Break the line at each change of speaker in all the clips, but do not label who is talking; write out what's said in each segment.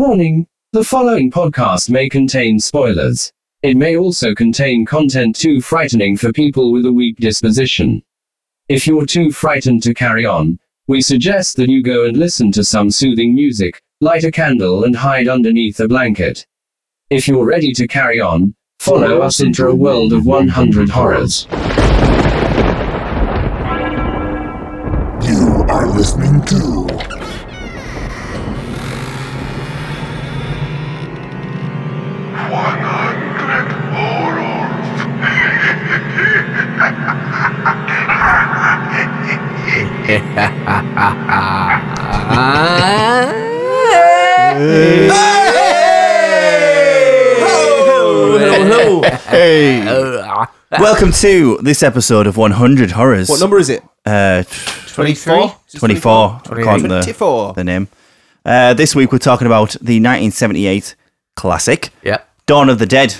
Warning The following podcast may contain spoilers. It may also contain content too frightening for people with a weak disposition. If you're too frightened to carry on, we suggest that you go and listen to some soothing music, light a candle, and hide underneath a blanket. If you're ready to carry on, follow us into a world of 100 horrors.
You are listening to
Hello, hello,
Hey.
hello.
Welcome to this episode of 100 Horrors.
What number is it?
Uh,
24?
24. I can't the,
24.
the name. Uh, this week we're talking about the 1978 classic
Yeah.
Dawn of the Dead,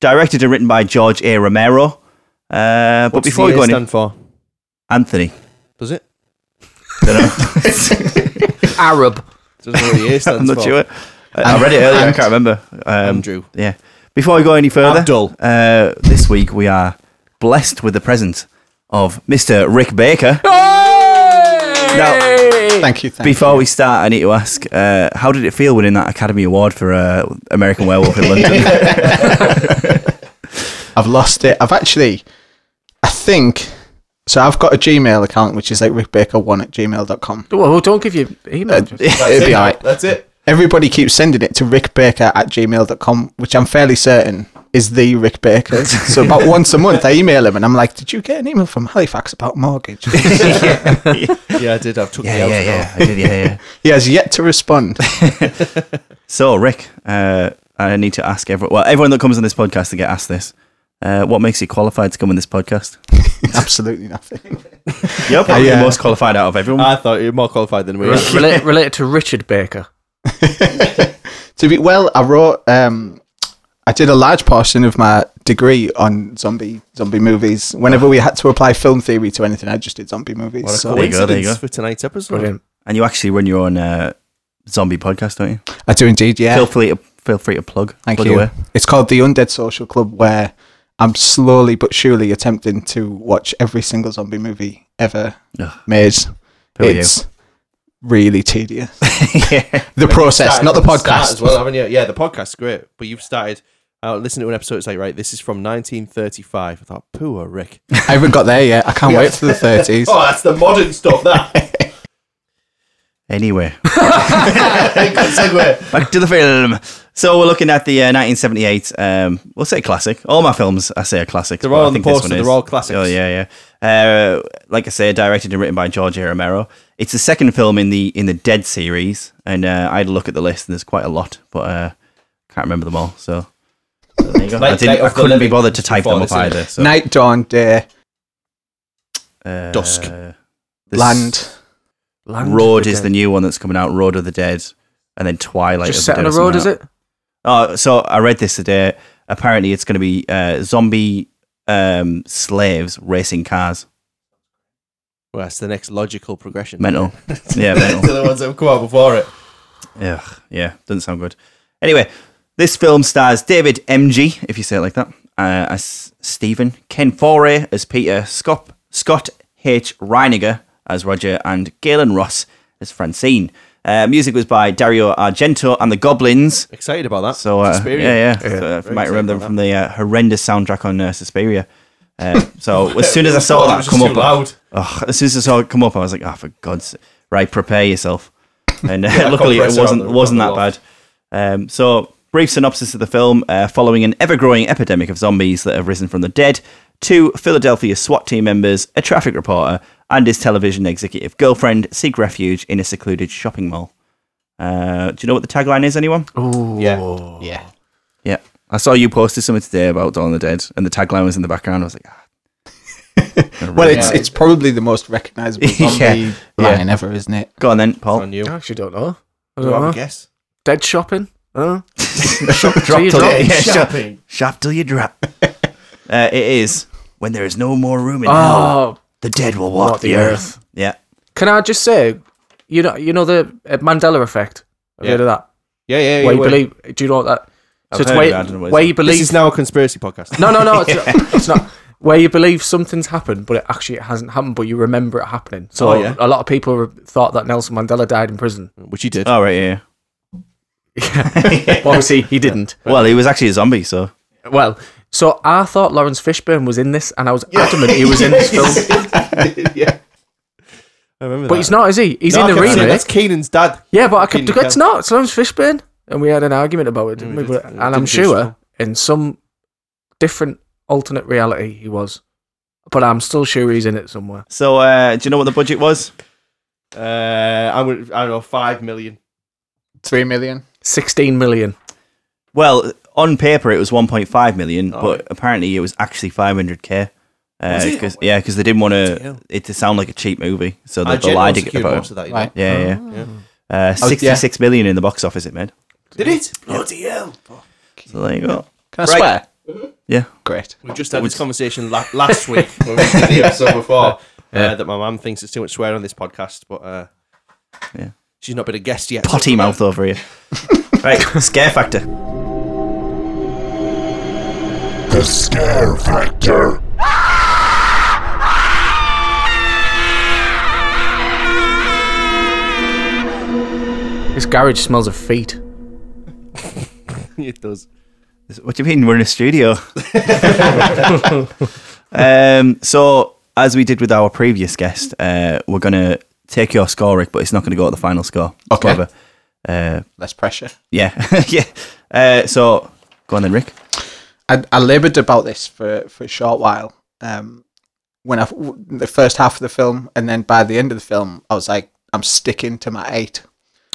directed and written by George A. Romero. Uh, but before we go
stand
in,
for?
Anthony.
Does it?
Arab.
Doesn't know what the A stands
I'm not
for.
sure. I- I read it earlier. I can't remember. Um,
Andrew.
Yeah. Before we go any further,
Abdul.
Uh, this week we are blessed with the presence of Mr. Rick Baker.
Now,
Thank you. Before we start, I need to ask: uh, How did it feel winning that Academy Award for uh, American Werewolf in London?
I've lost it. I've actually, I think, so I've got a Gmail account, which is like rickbaker1 at gmail.com.
well, don't give your email. address.
It'll Uh, be all right.
That's it.
Everybody keeps sending it to rickbaker at gmail.com, which I'm fairly certain is the Rick Baker. so about once a month, I email him and I'm like, did you get an email from Halifax about mortgage? he
Yeah, I did. I've took the
yeah,
out.
yeah, yeah. I did, yeah, yeah.
has yet to respond.
So, Rick, uh, I need to ask everyone. Well, everyone that comes on this podcast to get asked this: uh, What makes you qualified to come on this podcast?
Absolutely nothing.
You're probably
Yeah.
the most qualified out of everyone.
I thought you were more qualified than we were.
Re- relate, related to Richard Baker.
To be well, I wrote. Um, I did a large portion of my degree on zombie zombie movies. Whenever we had to apply film theory to anything, I just did zombie movies.
What a
so
There you
coincidence
go, there you go.
for tonight's episode.
Brilliant.
and you actually run your own uh, zombie podcast, don't you?
I do indeed. Yeah,
Feel free to feel free to plug.
thank
plug
you.
away.
It's called the Undead Social Club, where I'm slowly but surely attempting to watch every single zombie movie ever
Ugh.
made.
Who are you?
it's really tedious.
yeah.
The process, not the podcast.
as well, haven't you? Yeah, the podcast's great, but you've started. I listened to an episode. It's like, right, this is from 1935. I thought, poor Rick.
I haven't got there yet. I can't wait for the 30s.
Oh, that's the modern stuff. That
Anyway,
good segue.
Back to the film. So we're looking at the uh, 1978. Um, we'll say classic. All my films, I say are classics.
They're
but
all
I
on the
think this
poster,
one is.
they're all classics.
Oh yeah, yeah. Uh, like I say, directed and written by George A. Romero. It's the second film in the in the Dead series, and uh, I had a look at the list, and there's quite a lot, but uh, can't remember them all. So, so there you go.
Like
I, didn't,
Night
I
of the
couldn't be
Living
bothered to type
before
them up
this, isn't
either.
it?
So,
Night, dawn, day,
uh,
Dusk.
there's-
land.
Land of
Road is the
Dead.
new one that's coming out. Road of the Dead, and then Twilight.
Just
of
set
the
on
Dead
a
is coming
road, is
out.
it?
Oh, so I read this today. Apparently, it's going to be uh, zombie um, slaves racing cars.
Well, that's the next logical progression.
Mental. Yeah,
to
mental.
the ones that have come out before it.
Ugh, yeah, doesn't sound good. Anyway, this film stars David MG, if you say it like that, uh, as Stephen, Ken Foray as Peter, Scott, Scott H. Reiniger as Roger, and Galen Ross as Francine. Uh, music was by Dario Argento and the Goblins.
Excited about that.
So uh, yeah,
Suspiria.
yeah. So, uh, you might remember them from the uh, horrendous soundtrack on uh, Suspiria. Uh, so as soon as I saw
Oh, it
that
was
come
just
up,
too loud.
Ugh, as soon as I saw it come up, I was like, "Oh, for God's sake. right, prepare yourself." And uh, luckily, it
compressor
wasn't
on the-
wasn't
on
that
the
bad. Um, so, brief synopsis of the film: uh, Following an ever-growing epidemic of zombies that have risen from the dead, two Philadelphia SWAT team members, a traffic reporter, and his television executive girlfriend seek refuge in a secluded shopping mall. Uh, do you know what the tagline is, anyone?
Yeah. Yeah.
Yeah. I saw you posted something today about Dawn of the Dead, and the tagline was in the background. I was like, ah.
Well, it's it's probably the most recognisable
Yeah.
zombie line ever, isn't it?
go on then, Paul.
On you.
I actually don't know. I
Do you
don't
have
know.
a guess?
Dead shopping? Huh?
Drop,
till you drop.
yeah, shop, shop till you drop. uh, it is when there is no more room in hell,
Oh,
the dead will walk
walk
the,
the
earth. Yeah,
can I just say, you know, you know the uh, Mandela effect. Have
Yeah.
you heard of that?
Yeah, yeah, yeah.
where you
wait.
believe. Do you know what that?
I've
so it's
heard
where,
of it, I don't know what it
where
is.
you
This
believe.
is now a conspiracy podcast.
no, no, no. It's, it's not where you believe something's happened, but it actually it hasn't happened, but you remember it happening. So
Oh, yeah.
a lot of people re- thought that Nelson Mandela died in prison.
Which he did.
Oh right, yeah.
But obviously, he didn't.
Well, he was actually a zombie, so
Well, so I thought Lawrence Fishburne was in this, and I was adamant he was in this film,
yeah.
I remember
but
that.
he's not, is he? He's
No, I
in the
kept saying,
remake.
That's Keenan's dad.
Yeah, but I kept
Keenan
it's not. It's Lawrence Fishburne, and we had an argument about it, didn't
we
we?
did.
But-
We
and I'm
didn't do
sure
so.
in some different alternate reality he was, but I'm still sure he's in it somewhere.
so uh, do you know what the budget was?
Uh, I would. I don't know. Five million.
Three million.
Sixteen million.
Well, on paper it was 1.5 million,
Oh,
but
right.
apparently it was actually 500k. Uh,
Was it? Oh,
'cause- yeah, because they didn't want to
Hell.
it to sound like a cheap movie, so
I
they, they
genuinely
lied
secured
about
most
it.
of that. you
Right.
know.
Yeah, yeah. Uh,
Oh, yeah.
66 million in the box office it made.
Did it? Bloody hell!
So there you go.
Can I
Right.
swear?
Yeah.
Great.
We just had this conversation la- last week when we did the episode before uh, that my mum thinks it's too much swear on this podcast, but uh,
Yeah.
she's not been a guest yet.
Potty mouth over here. right, scare factor.
The scare factor.
This garage smells of feet.
it does.
What do you mean we're in a studio? um, so as we did with our previous guest, uh, we're gonna take your score, Rick, but it's not gonna go at the final score.
Okay.
However, uh,
Less pressure.
Yeah, yeah. Uh, so go on then, Rick.
I, I laboured about this for, for a short while. Um, when I f- w- the first half of the film, and then by the end of the film, I was like, I'm sticking to my eight.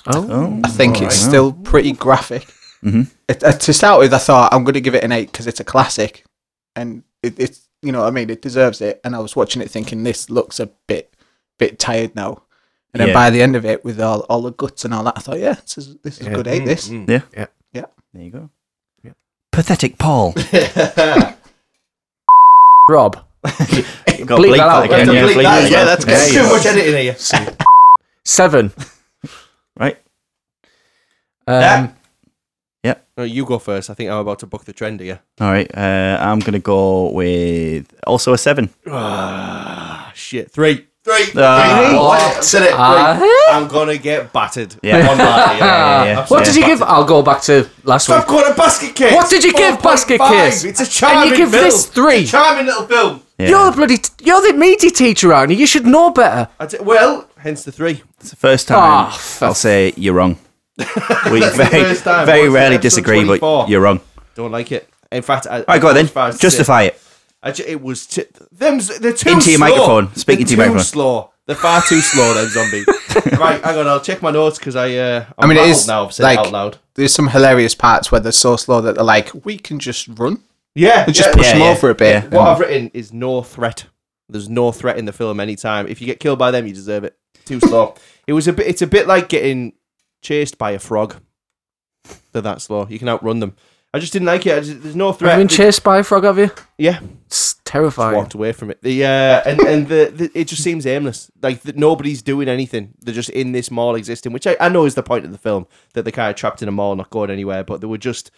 Oh,
Oh,
I think it's still pretty graphic. It, uh, to start with, I thought I'm going to give it an eight because it's a classic, and it, it's you know what I mean it deserves it. And I was watching it thinking this looks a bit bit tired now, and then
Yeah.
by the end of it, with all all the guts and all that, I thought yeah, this is this is a good eight. This
Mm-hmm.
There you go. Pathetic Paul.
Rob.
Got
Bleep that out.
again.
Yeah,
Yeah,
bleep
bleep
that,
as
yeah,
well.
that's
There
good.
you go.
much
editing here.
Seven.
Right.
Um,
No, you go first. I think I'm about to book the trend here.
All right. Uh, I'm gonna go with also a seven.
Ah, shit. Three. Three.
Ah.
Three. What? Said it.
Ah.
Three. I'm gonna get battered.
Yeah.
One line,
Yeah, yeah, yeah.
what
Yeah.
did you give? I'll go back to last
Stop
week.
calling it basket case.
What did you give
4.5.
Basket Case?
It's a charming
And you give
film.
this three?
It's a charming little film.
Yeah.
You're the bloody, t- you're the media teacher, Annie. You should know better.
I d- well, hence the three.
It's the first time
Ah, f-
I'll say you're wrong. We very,
first time.
very
What's
rarely
episode
disagree,
24?
but you're wrong.
Don't like it. In fact, I,
All right, go on
as far
then.
as to say-
Justify it.
I ju- it was t- them's they're too
Into your
slow.
microphone. Speak
They're
into your
too
microphone.
slow. They're far too slow. Them zombies. right, hang on. I'll check my notes because I. Uh, I'm
I mean, it
rattled
is
now. I've said
like
it out loud.
there's some hilarious parts where they're so slow that they're like, we can just run,
Yeah,
we just
yeah.
push
yeah,
them
yeah,
over a bit.
yeah.
What I've written is no threat. There's no threat in the film anytime. If you get killed by them, you deserve it. Too slow. it was a bit. It's a bit like getting chased by a frog. They're that slow. You can outrun them. I just didn't like it. I just, there's no
Have
threat.
you been chased by a frog, have you?
yeah,
It's terrifying.
walked away from it. The uh, and and the, the it just seems aimless. Like that nobody's doing anything. They're just in this mall existing, which I, I know is the point of the film that they're kind of trapped in a mall, not going anywhere. But they were just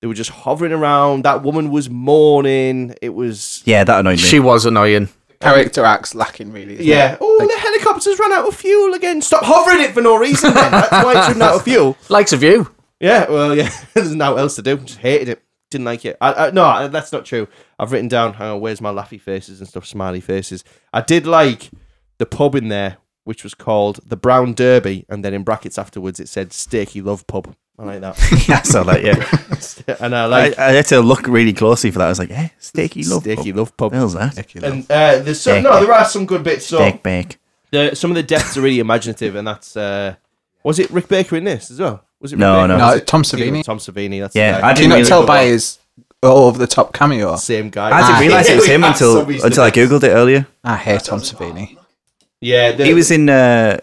they were just hovering around. That woman was mourning. It was
Yeah, that annoyed me.
She was annoying.
Character acts lacking really. isn't
yeah. Oh, the helicopters ran out of fuel again. Stop hovering it for no reason. Then. That's why it's running out of fuel.
Likes of you.
Yeah, well, yeah. There's not else to do. Just hated it. Didn't like it. I, I, no, I- that's not true. I've written down. Hang on, where's my laughy faces and stuff? Smiley faces. I did like the pub in there, which was called the Brown Derby, and then in brackets afterwards it said Steaky Love Pub. I like that.
I saw that. Yeah,
and I
I,
like
I had to look really closely for that. I was like, "Eh, steaky love."
Steaky
pub.
Love Pub.
What the hell's that?
And uh, there's some, no, there are some good bits. So
Steak bake.
the, some of the deaths are really imaginative, and that's uh, was it Rick Baker in this as well? Was it Rick
No,
Baker?
no.
No,
Was it-
Tom
I think it was
Savini.
Tom Savini. That's
Yeah,
the guy.
I
Can you
didn't
not
really-
tell by his over the top cameo?
same guy.
I didn't
Ah.
realize it was him
Yeah,
until
somebody's the
until I
best.
googled it earlier.
I hate Tom Savini.
Yeah, the,
He was in uh,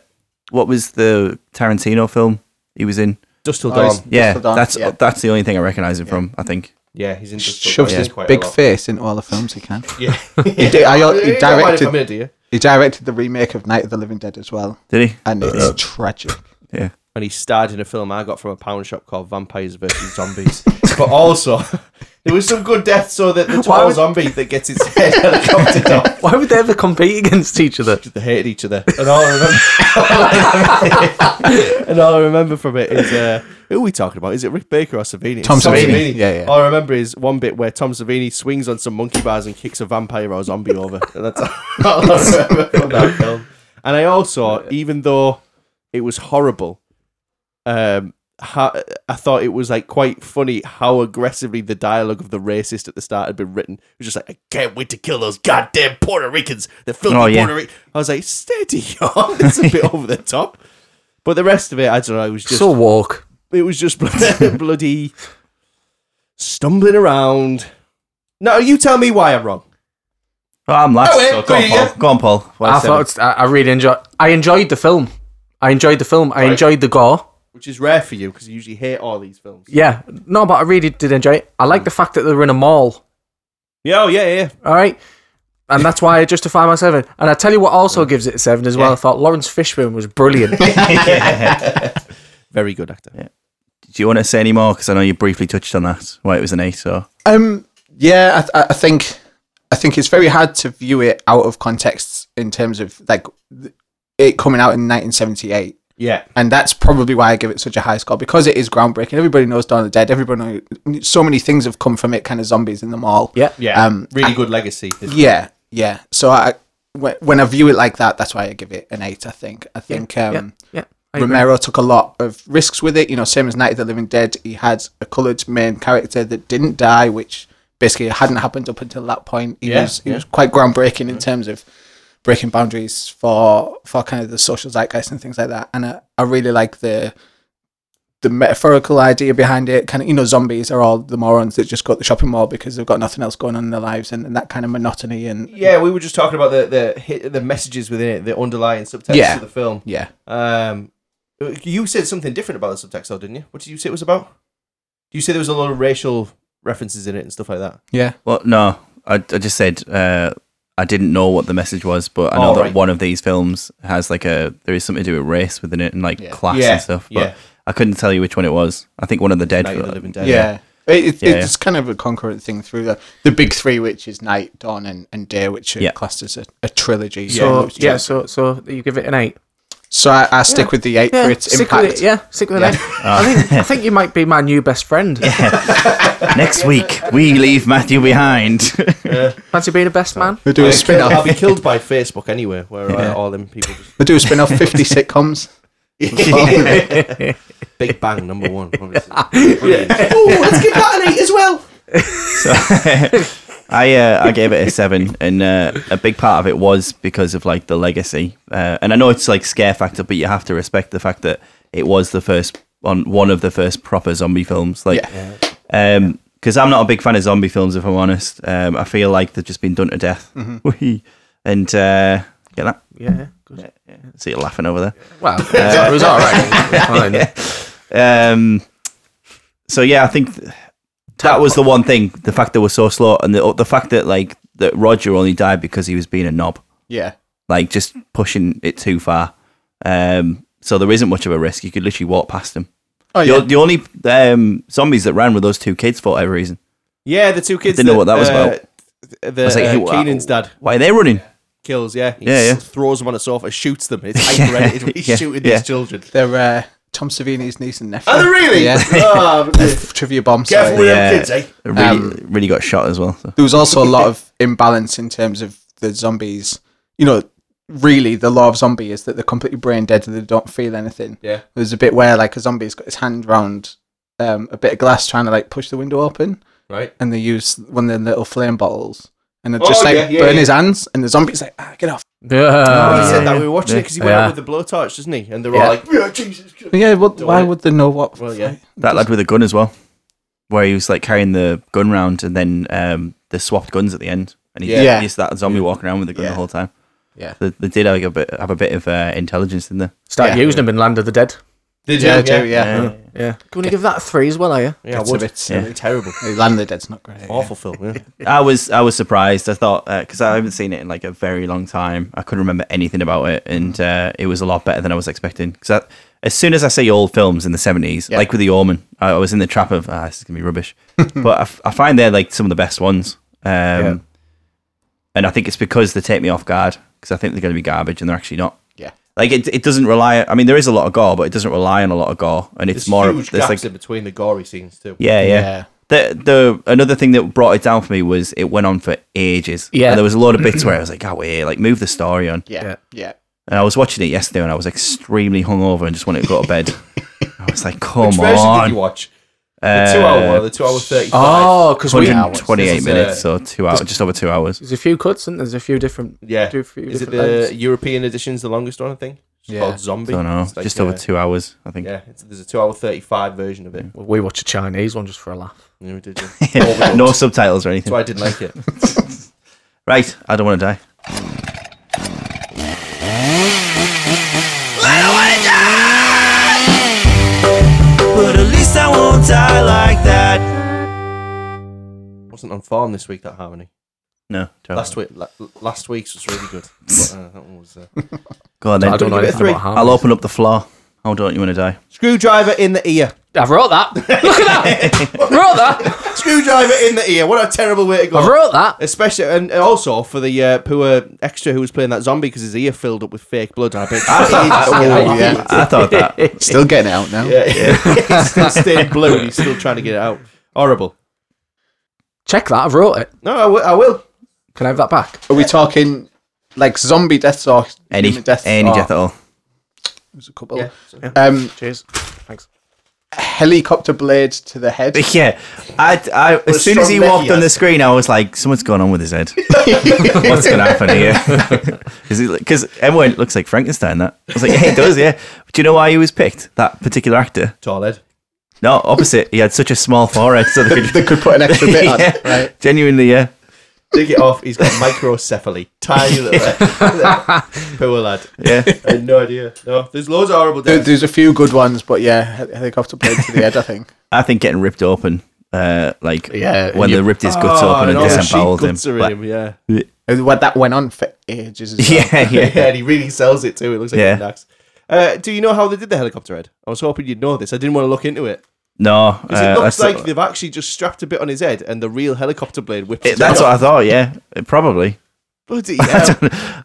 what was the Tarantino film? He was in.
Dust Till
Oh,
Dawn.
he's-
Yeah,
Till Dawn,
that's
yeah.
that's the only thing I recognize him from. I think.
Yeah, he's in Dust Till
Shoves
Dawn.
his
Yeah, quite a
big
lot.
face into all the films he can.
Yeah,
He, did, I, uh,
You
he
don't mind if
directed.
I'm in it, do you?
He directed the remake of Night of the Living Dead as well,
Did he?
and it's tragic.
Yeah.
when he starred in a film I got from a pound shop called Vampires versus Zombies. but also, there was some good death so that the
Why
tall
would-
zombie that gets its head helicoptered off
Why would they ever compete against each other?
they hated each other. And all I remember, and all I remember from it is uh, who are we talking about? Is it Rick Baker or Savini? It's
Tom Savini. Yeah, yeah.
All I remember is one bit where Tom Savini swings on some monkey bars and kicks a vampire or zombie over. And that's all I remember from that film. And I also, even though it was horrible, um, how, I thought it was like quite funny how aggressively the dialogue of the racist at the start had been written. It was just like, I can't wait to kill those goddamn Puerto Ricans. They're filthy
Oh, yeah.
Puerto Ricans. I was like, steady on. It's a bit over the top. But the rest of it, I don't know. It was just,
so walk.
it was just bloody stumbling around. No, you tell me why I'm wrong.
Oh, I'm last.
Oh, yeah,
so go, on,
yeah.
Paul. go on, Paul. Why
I
seven?
thought it's, I, I really enjoyed. I enjoyed the film. I enjoyed the film. I enjoyed the gore.
Which is rare for you because you usually hate all these films.
Yeah, no, but I really did enjoy it. I like the fact that they were in a mall.
Yeah, oh, yeah, yeah.
All right. And that's why I justify my seven. And I tell you what also gives it a seven as well. I thought Lawrence Fishburne was brilliant.
Very good actor.
Do you want to say any more? Because I know you briefly touched on that. Why it was an eight. So
Um, yeah, I, I- I think I think it's very hard to view it out of context in terms of like th- it coming out in 1978,
Yeah.
and that's probably why I give it such a high score because it is groundbreaking. Everybody knows Dawn of the Dead. Everybody, knows, so many things have come from it. Kind of zombies in the mall.
Yeah.
Yeah.
Um,
really good legacy.
yeah, yeah. So I when, when I view it like that, that's why I give it an eight. I think. I think. um,
yeah. Yeah. I agree.
Romero took a lot of risks with it. You know, same as Night of the Living Dead, he had a coloured main character that didn't die, which basically hadn't happened up until that point. He
Yeah,
was he was quite groundbreaking in terms of breaking boundaries for for kind of the social zeitgeist and things like that. And I, I really like the the metaphorical idea behind it. Kind of, you know, zombies are all the morons that just go to the shopping mall because they've got nothing else going on in their lives, and, and that kind of monotony and
Yeah, we were just talking about the the hit, the messages within it, the underlying subtext
Yeah.
of the film.
yeah.
Um, you said something different about the subtext, though, didn't you? What did you say it was about? You said there was a lot of racial references in it and stuff like that.
Yeah.
well, no, I, I just said uh, I didn't know what the message was, but I know
Oh,
that
right.
one of these films has like a there is something to do with race within it and like class
Yeah,
and stuff. But
yeah.
I couldn't tell you which one it was. I think one of the dead.
Night of the Living Dead.
Yeah. It, it,
Yeah,
It's kind of a concurrent thing through the, the big three, which is night, dawn, and, and day, which are
Yeah.
classed as a, a trilogy.
So,
which-
yeah, so so you give it an eight.
So I, I stick with the eight
Yeah,
for its
stick
impact.
with it. Yeah, stick with it. I think I think you might be my new best friend.
Next week we leave Matthew behind.
Fancy being a best man?
They do a
I'll be
spin
killed- I'll
off.
be killed by Facebook anyway, where uh, all them people.
They do a spin off 50 sitcoms.
Just... Big Bang number one. Obviously. Oh, let's give that an eight as well.
I uh, I gave it a seven, and uh, a big part of it was because of like the legacy. Uh, and I know it's like scare factor, but you have to respect the fact that it was the first on one of the first proper zombie films. Like, um, because I'm not a big fan of zombie films, if I'm honest. Um, I feel like they've just been done to death. Wee. and uh, get that?
Yeah. Good.
See you laughing over there.
Well, it was all right. It was fine.
Um, so yeah, I think th- that was the one thing. The fact that we're so slow, and the the fact that like that Roger only died because he was being a knob,
Yeah.
like just pushing it too far. Um, so there isn't much of a risk. You could literally walk past him.
Oh,
The,
yeah.
the only um, zombies that ran were those two kids for whatever reason.
Yeah, the two kids.
Didn't know what that was
uh,
about.
The
was like,
uh,
"Hey, wha-
Keenan's dad
Why are they running?
kills. Yeah, he
Yeah,
s-
yeah.
Throws them on a sofa, shoots them. It's
Yeah,
hyper-edited when He's
yeah,
shooting
yeah.
these children.
They're uh, Tom Savini's niece and nephew.
Are they really?
Yeah.
Oh,
Trivia bomb.
Careful
Sorry.
with
Yeah.
them kids, eh?
They Really, really got shot as well. So.
There was also a lot of imbalance in terms of the zombies. You know, really, the law of zombie is that they're completely brain dead and they don't feel anything.
Yeah.
There's a bit where like a zombie's got his hand round um, a bit of glass trying to like push the window open,
Right.
and they use one of the little flame bottles and they
Oh,
just like
yeah, yeah,
burn
yeah.
his hands, and the zombie's like, ah, get off.
Oh, he
Yeah.
said that we were watching it because he went
Yeah.
out with the blowtorch, doesn't he? And they were all like, "Yeah, Jesus." Christ."
Yeah, what,
Don't
why
it.
would they know what?
Well, yeah.
That lad with a gun as well, where he was like carrying the gun round, and then um, they swapped guns at the end, and he
Yeah.
yeah. used that zombie walking around with the gun
Yeah.
the whole time.
Yeah.
they, they did have a bit have a bit of uh, intelligence in there.
Start
Yeah.
using him in Land of the Dead.
They
Yeah, do, yeah.
Yeah.
Yeah. Can we give that a three as well, are you?
Yeah, I
It's a
would.
bit silly.
Terrible. Oh,
The Landed, it's not great.
Awful film, yeah.
I was I was surprised. I thought because I haven't seen it in like a very long time. I couldn't remember anything about it, and
Mm.
uh, it was a lot better than I was expecting. Because as soon as I see old films in the seventies,
Yeah.
like with The Omen, I, I was in the trap of ah, this is gonna be rubbish. but I, f- I find they're like some of the best ones, um, and I think it's because they take me off guard because I think they're gonna be garbage and they're actually not.
Yeah.
Like it, it doesn't rely. I mean, there is a lot of gore, but it doesn't rely on a lot of gore, and it's
There's
more.
huge
there's
gaps
like
in between the gory scenes too.
yeah, yeah.
Yeah.
The the another thing that brought it down for me was it went on for ages.
Yeah.
And there was a lot of bits where I was like, oh wait, like move the story on.
Yeah.
Yeah.
Yeah.
And I was watching it yesterday and I was extremely hungover and just wanted to go to bed. I was like, come
Which version did
on.
you watch?
Uh,
The two hour one, or the two hour thirty five.
Oh, because we
This
128
is, uh,
minutes, so two hours, just over two hours.
there's a few cuts and there's a few different.
yeah.
do a few
Is it
different
the
lengths.
European edition's the longest one? I think. It's
Yeah.
called Zombie.
I don't know,
It's like,
just over
uh,
two hours, I think.
Yeah, it's, there's a two hour thirty five version of it.
Well, we watch a Chinese one just for a laugh.
Yeah, we did, yeah. Overdubs.
no subtitles or
That's
anything.
why I didn't like it.
Right, I don't want to die. But at least I won't die like that.
Wasn't on form this week that harmony.
No, terrible.
Last week, la- last week's was really good. But, uh, that one was, uh,
Go on then.
I don't know
give it a
anything
three.
about
I'll
how.
open up the floor. How don't you want to die?
Screwdriver in the ear.
I've wrote that. Look at that. I wrote that.
Screwdriver in the ear. What a terrible way to go.
I wrote that.
Especially and and also for the uh, poor extra who was playing that zombie because his ear filled up with fake blood. I bet.
Oh,
yeah,
yeah.
I thought that.
Still getting it out now.
yeah, he's still staying blue. and He's still trying to get it out. Horrible.
Check that. I've wrote it.
No, I wi- I will.
Can I have that back?
Are we talking like zombie deaths or
Any,
human deaths?
any
Oh,
death at all.
There's a couple.
Yeah.
Um,
Cheers. Thanks.
helicopter blades to the head.
Yeah, I, I, as soon as he
strong
walked on
levy,
the screen, I was like, "Someone's going on with his head. What's going to happen here?" Because everyone looks like Frankenstein. That I was like, "Yeah, he does. Yeah." Do you know why he was picked? That particular actor.
Tall head.
No, opposite. He had such a small forehead, so they could
They could put an extra bit on.
Yeah.
Right.
genuinely, yeah.
Dig it off. He's got microcephaly. Tiny little. poor lad.
Yeah.
I had no idea. No, there's loads of horrible
There-
deaths.
There's a few good ones, but yeah, he- helicopter blade to the head. I think.
I think getting ripped open, uh, like
Yeah,
when they
you-
ripped his guts
Oh,
open and
all the
disemboweled
sheep
him.
guts are in
Like,
him, yeah.
And what- Uh, That went on for ages. As well.
yeah, yeah.
yeah, and he really sells it too. It looks like
Yeah.
yeah. Dax. Uh, do you know how they did the helicopter head? I was hoping you'd know this. I didn't want to look into it
No,
because
uh,
it looks
that's-
like they've actually just strapped a bit on his head, and the real helicopter blade whips.
it-
it
that's what
off.
I thought. Yeah, It probably.
bloody hell.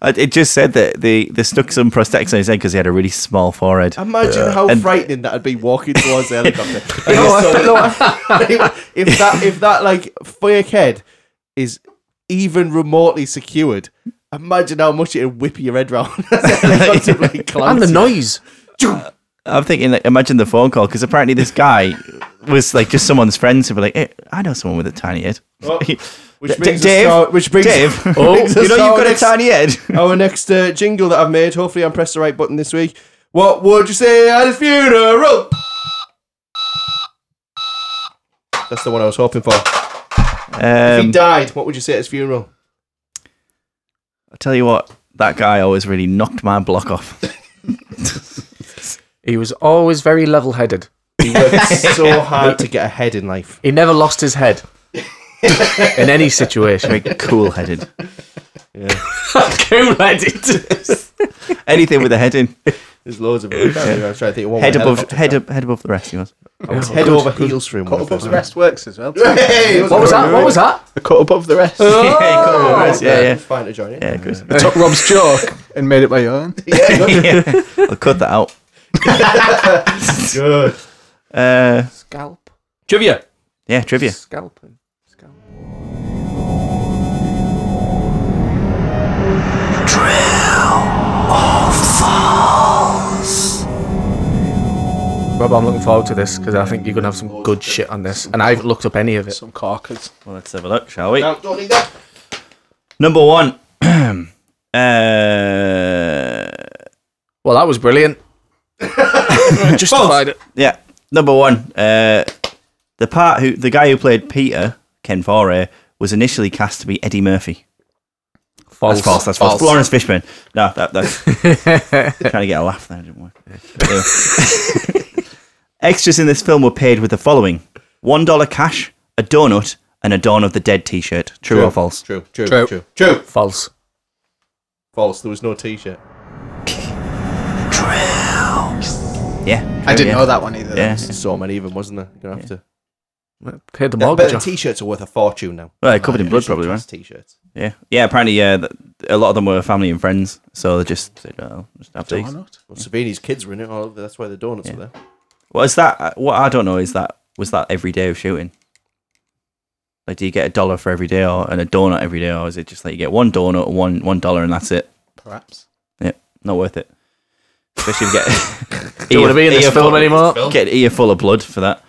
I- It just said that they, they stuck some prosthetics on his head because he had a really small forehead.
Imagine how
And-
frightening that'd be walking towards the helicopter. And also- if that if that like fake head is even remotely secured, imagine how much it'd whip your head round. as the helicopter blade
And
climbs
the noise.
I'm thinking, like, imagine the phone call because apparently this guy was like just someone's friend. So we're like, hey, I know someone with a tiny head.
Oh,
D-
Which brings us
Dave,
to our- which brings
Dave,
Oh,
you know you've
brings us to our
got a
next-
tiny head.
our next uh, jingle that I've made. Hopefully, I pressed the right button this week. What would you say at a funeral? That's the one I was hoping for. if he
Um,
died, what would you say at his funeral?
I tell you what, that guy always really knocked my block off.
He was always very level headed.
He worked so hard to get ahead in life.
He never lost his head in any situation.
Very cool headed.
Cool headed.
Anything with a head in,
There's loads of them. I was trying to think. of one
head
with a
above,
helicopter.
head, up, head above the rest. He was.
head over heels for him.
Cut above the rest works as well.
Hey,
What was that? What was that?
The cut above the rest.
yeah, cool, right, yeah, yeah,
It's Oh, fine to join it.
yeah, good.
I took Rob's joke and made it my own.
yeah, I'll cut that out.
Good.
Uh,
Scalp.
Trivia.
yeah, trivia.
Scalping. Scalp. Rob, I'm looking forward to this because I think you're going to have some good shit on this. And I haven't looked up any of it.
Some corkers.
Well, let's have a look, shall we?
No, don't need that.
Number one. uh,
Well, that was brilliant. Justified it.
yeah, number one. Uh, the part who the guy who played Peter Ken Foray was initially cast to be Eddie Murphy.
False.
That's false. That's false. Florence Fishburne. No, that, that's trying to get a laugh there, didn't we? Anyway. Extras in this film were paid with the following $1 cash, a donut, and a Dawn of the Dead t shirt. True, or false?
True, true, true,
True.
true, true.
False.
False. There was no T-shirt.
Yeah.
I didn't
yeah.
know that one either.
Yeah.
So many of them, wasn't there? You're gonna have to.
Paid the
But
mortgage
the
off.
T-shirts are worth a fortune now.
Well, they're covered in blood,
Original
probably,
class
right?
T-shirts.
Yeah. Yeah, apparently, yeah, th- a lot of them were family and friends. So they just said, "Oh, well, just have these.
Donut?
Well, Savini's kids were in it. All over. That's why the donuts were there.
Well, is that what I don't know? Is that was that every day of shooting? Like, do you get a dollar for every day, or and a donut every day, or is it just like you get one donut, and one one dollar, and that's it?
Perhaps.
Yeah, not worth it. Especially if you get
Do you want to be in this film anymore?
Get an ear full of blood for that.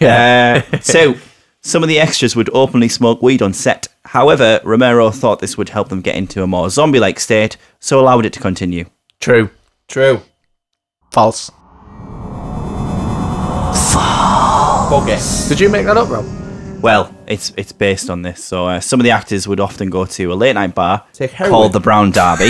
Yeah. Uh, so some of the extras would openly smoke weed on set. However, Romero thought this would help them get into a more zombie-like state, so allowed it to continue.
True.
True.
False.
Bogus.
Did you make that up, Rob?
Well, it's it's based on this. So uh, some of the actors would often go to a late night bar
Take heroin.
called the Brown Derby.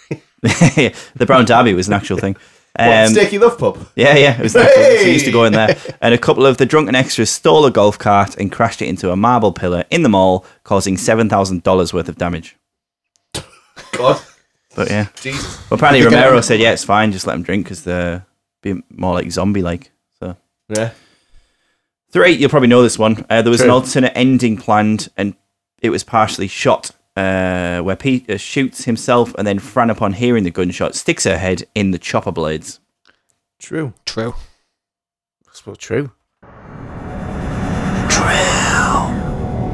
the Brown Derby was an actual thing.
What,
Um,
Sticky Love Pub.
yeah, yeah, it was. an actual thing. So
Hey!
you used to go in there, and a couple of the drunken extras stole a golf cart and crashed it into a marble pillar in the mall, causing seven thousand dollars worth of damage.
God.
But yeah,
Jesus.
well, apparently
I think I-
Romero said, "Yeah, it's fine. Just let them drink because they're be more like zombie-like." So
Yeah.
Three, you'll probably know this one. Uh, there was an alternate ending planned, and it was partially shot, uh, where Peter shoots himself, and then Fran, upon hearing the gunshot, sticks her head in the chopper blades.
True.
True.
That's well true.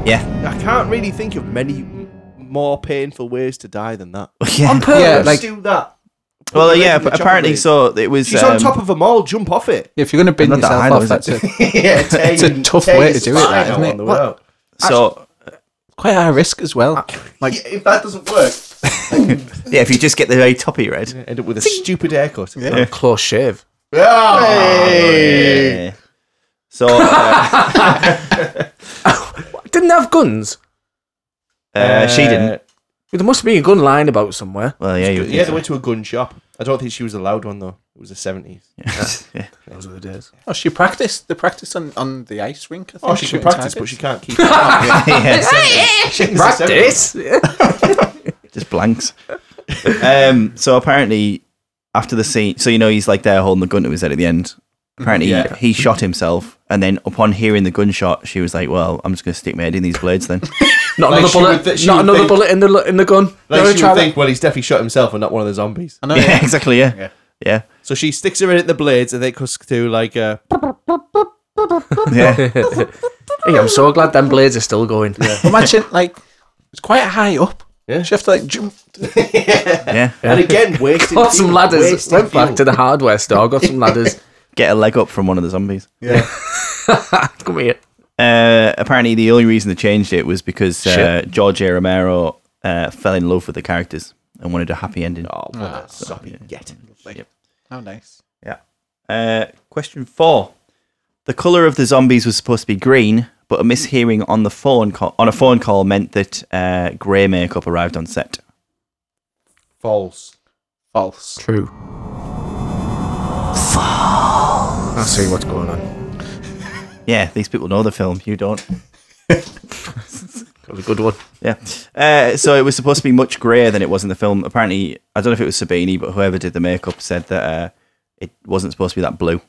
Yeah,
I can't really think of many m- more painful ways to die than that.
yeah.
Yeah,
Let's
like
do that.
Well,
Put your
yeah.
leg in the chopper
Apparently,
blade.
so it was.
She's
um,
on top of them all. Jump off it.
if you're going to bin
Not that
yourself
high,
off,
though, is
that's it.
yeah,
It's a tough way to do it, that, isn't it? What?
So
Quite high risk as well.
Ah.
Like, if that doesn't work,
yeah, if you just get the very top of your head.
end up with a stupid haircut.
And a close shave.
Hey!
Yeah. So uh,
Didn't they have guns?
uh, she didn't.
There must be a gun lying about somewhere.
Well, yeah, you.
Yeah, they went to a gun shop. I don't think she was allowed one though. It was the seventies.
yeah.
Those were the days.
Oh, she practiced. They practiced on, on the ice rink. I think
Oh, she can
shooting
practice, but
targets.
she can't keep. it
Practice.
just blanks. um, so apparently, after the scene, so you know he's like there holding the gun to his head at the end. Apparently, he, he shot himself, and then upon hearing the gunshot, she was like, "Well, I'm just going to stick my head in these blades then."
Not
Like
another
she
bullet.
would th- she
not
would
another
think-
bullet in the in the gun.
Like
Don't
she
try
would
that.
think, well, he's definitely shot himself and not one of the zombies.
I know.
yeah,
Yeah.
exactly. Yeah. yeah,
Yeah.
yeah,
So she sticks her in at the blades, and they cuss to like, uh,
Hey, I'm so glad them blades are still going.
Imagine like it's quite high up.
Yeah.
She have to like jump.
yeah.
and again, wasting
Got some
fuel,
ladders.
wasting
Went back
fuel.
to the hardware store. Got some ladders.
Get a leg up from one of the zombies.
Come here.
Uh, apparently, the only reason they changed it was because uh, George A. Romero uh, fell in love with the characters and wanted a happy ending.
Oh, what a soppy get.
How nice.
Uh, question four: The color of the zombies was supposed to be green, but a mishearing on the phone call on a phone call meant that uh, grey makeup arrived on set.
False.
False.
True. I see what's going on.
Yeah, these people know the film. You don't.
That was a good one.
Yeah. Uh, so it was supposed to be much grayer than it was in the film. Apparently, I don't know if it was Sabini, but whoever did the makeup said that uh, it wasn't supposed to be that blue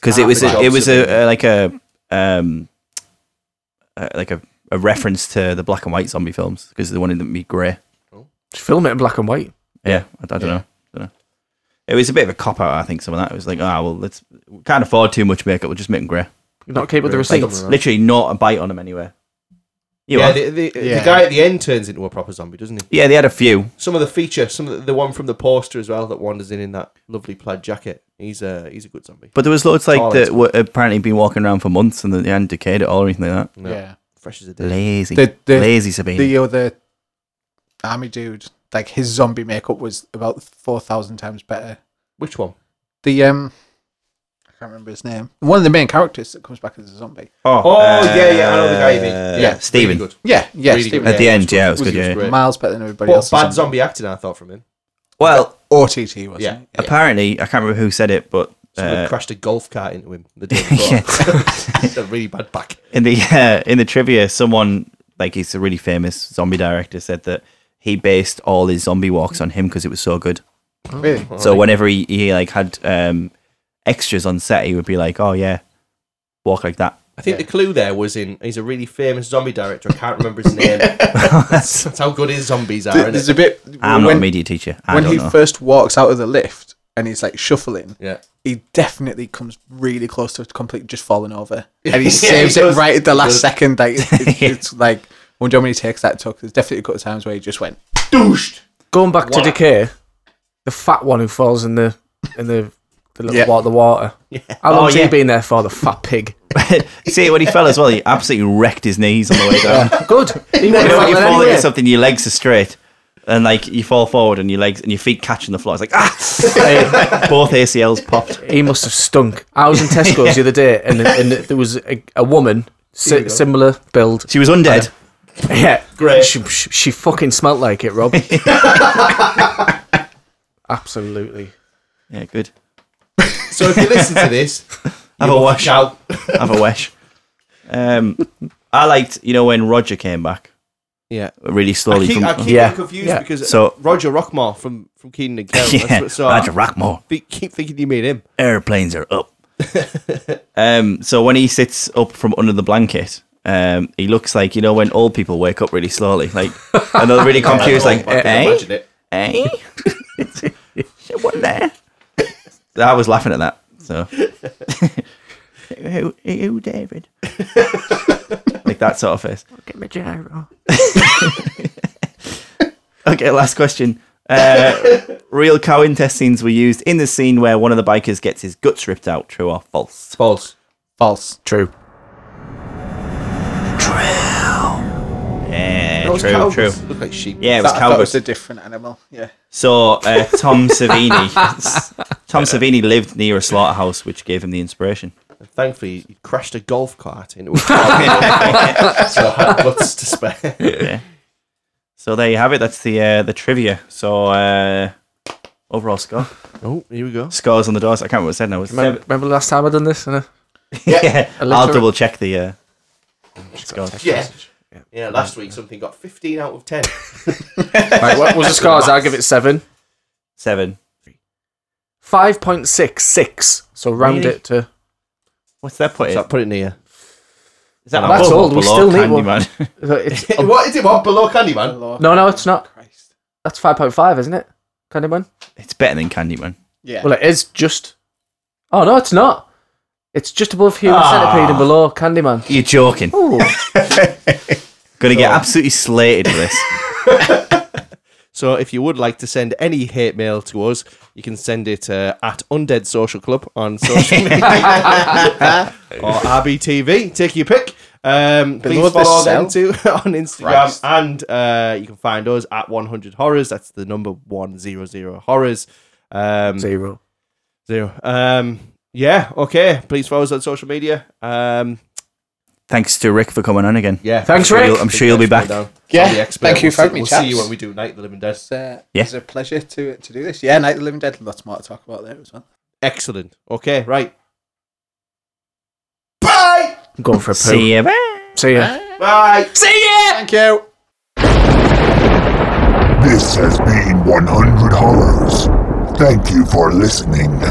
because it was
Half the
a, it
job,
was a, a like a um uh, like a, a reference to the black and white zombie films because they wanted them to be grey.
Just film it in black and white.
Yeah, I, I don't know. don't know. It was a bit of a cop out, I think. Some of that it was like, ah, well, let's we can't afford too much makeup. We'll just make them grey.
You're not keep with the
Like,
receipts.
Literally, not a bite on them anywhere. You
Yeah,
are.
the, the, the
Yeah.
guy at the end turns into a proper zombie, doesn't he?
yeah, they had a few.
Some of the feature, some of the, the one from the poster as well that wanders in in that lovely plaid jacket. He's a he's a good zombie.
But there was loads like
Solid.
that were apparently been walking around for months and then they hadn't decayed at all or anything like that.
No,
Yeah.
fresh as a day.
Lazy.
The- the-
Lazy Sabine.
The other army dude, like his zombie makeup was about four thousand times better.
Which one?
The um, I can't remember his name. One of the main characters that comes back as a zombie.
oh,
yeah, yeah, I know the guy you mean.
Uh,
Yeah,
yeah, Stephen.
Really good.
Yeah, yeah.
Really
Stephen.
good.
At the
Yeah,
end, yeah, it was
It
good.
was
Yeah.
great.
Miles better than everybody
What
else.
bad zombie acting I thought from him.
Well,
OTT wasn't
Yeah.
it?
apparently, I can't remember who said it, but
Someone
Uh,
crashed a golf cart into him the day before. It's a really bad back.
in the uh, in the trivia, someone like he's a really famous zombie director said that he based all his zombie walks on him because it was so good.
Oh,
Really?
So whenever he, he like had um, extras on set, he would be like, "Oh yeah, walk like that."
I think the clue there was in he's a really famous zombie director. I can't remember his name.
That's-
That's how good his zombies are.
There's
Isn't
a
it?
bit
I'm not a
when,
media teacher. I
when
don't
he
know.
first walks out of the lift and he's like shuffling.
Yeah.
He definitely comes really close to complete just falling over, and he
Yeah,
saves
he
it
does.
right at the
does.
last second. Like it's, it's, it's like I wonder how many takes that took. There's definitely a couple of times where he just went.
Douched.
Going back to Decay, the fat one who falls in the in the the, little
Yeah.
wa- the water. How
Oh,
long's
yeah.
he been there for? The fat pig.
See when he fell as well, he absolutely wrecked his knees on the way down.
Good. He
You
wouldn't
know,
have
when you
fallen
fall
anyway.
into something, your legs are straight, and like you fall forward, and your legs and your feet catch in the floor. It's like ah, both ACLs popped.
He must have stunk. I was in Tesco's the other day, and, and there was a, a woman si- similar build.
She was undead.
Yeah,
Great.
She, she, she fucking smelt like it, Rob. Absolutely.
Yeah, good.
So if you listen to this,
Have a wash.
shout.
Have a wish. Um, I liked, you know, when Roger came back
Yeah.
really
I
slowly
keep,
from.
I keep
Yeah.
confused
Yeah.
because
So-
Roger Rockmore from from Keenan and Kel.
yeah,
that's what, so
Roger
I
Rockmore.
be- keep thinking you mean him.
Airplanes are up. um, so when he sits up from under the blanket, um, he looks like you know when old people wake up really slowly, like, and they're really confused, like,
I can
eh?
oh, imagine it.
Eh? Shit, what there? I was laughing at that. So, who, who, David? like that sort of face.
Get my gyro.
Okay, last question. Uh, real cow intestines were used in the scene where one of the bikers gets his guts ripped out. True or false?
False.
False.
True.
Yeah,
Those
true,
cows
true.
Look like sheep.
Yeah, it was
That, I thought
cow
it was
guts.
a different animal. Yeah.
So uh, Tom Savini, Tom Savini lived near a slaughterhouse, which gave him the inspiration.
Thankfully, he crashed a golf cart into a car, so I had butts to spare.
So there you have it. That's the uh, the trivia. So uh, overall score,
Oh, here we go.
scores on the doors. I can't remember what I said now. It was
Remember, remember last time I done this? And I-
seven- yeah, I'll
Illiterate.
double check the uh, scores.
Yeah. Yeah, last week something got 15 out of 10.
Right, what was the scores? I'll give it seven.
Seven.
5.66. So round
Really?
it to.
What's that put?
So I put it near.
Is that
That's
above or
old, we
below
still need one.
Candyman?
It's,
what is it? What? Below Candyman?
no, no, it's not.
Christ.
That's 5.5, isn't it? Candyman?
it's better than Candyman.
Yeah.
Well, it is just. Oh, no, it's not. It's just above Human Centipede and below Candyman.
You're joking.
Ooh.
Gonna get absolutely slated for this.
So if you would like to send any hate mail to us, you can send it uh, at Undead Social Club on social media or RBTV. Take your pick. Um, please
Below the
follow
cell.
them too on Instagram,
Christ.
and uh, you can find us at 100 Horrors. That's the number one zero zero Horrors. Um,
Zero.
zero. Um, yeah. Okay. Please follow us on social media. Um,
Thanks to Rick for coming on again.
yeah.
Thanks,
I'm sure
Rick.
you'll- I'm sure you'll be back.
Down.
Yeah,
I'm the expert.
thank you for
We'll
having me,
see- We'll see you
chaps.
when we do Night of the Living Dead.
It's, uh,
Yeah.
it's a pleasure to to do this. Yeah, Night of the Living Dead. Lots more to talk about there as well.
Excellent. Okay. Right. Bye.
I'm going for a poo.
See you. Bye.
See ya.
Bye.
Thank you.
This has been 100 Horrors. Thank you for listening.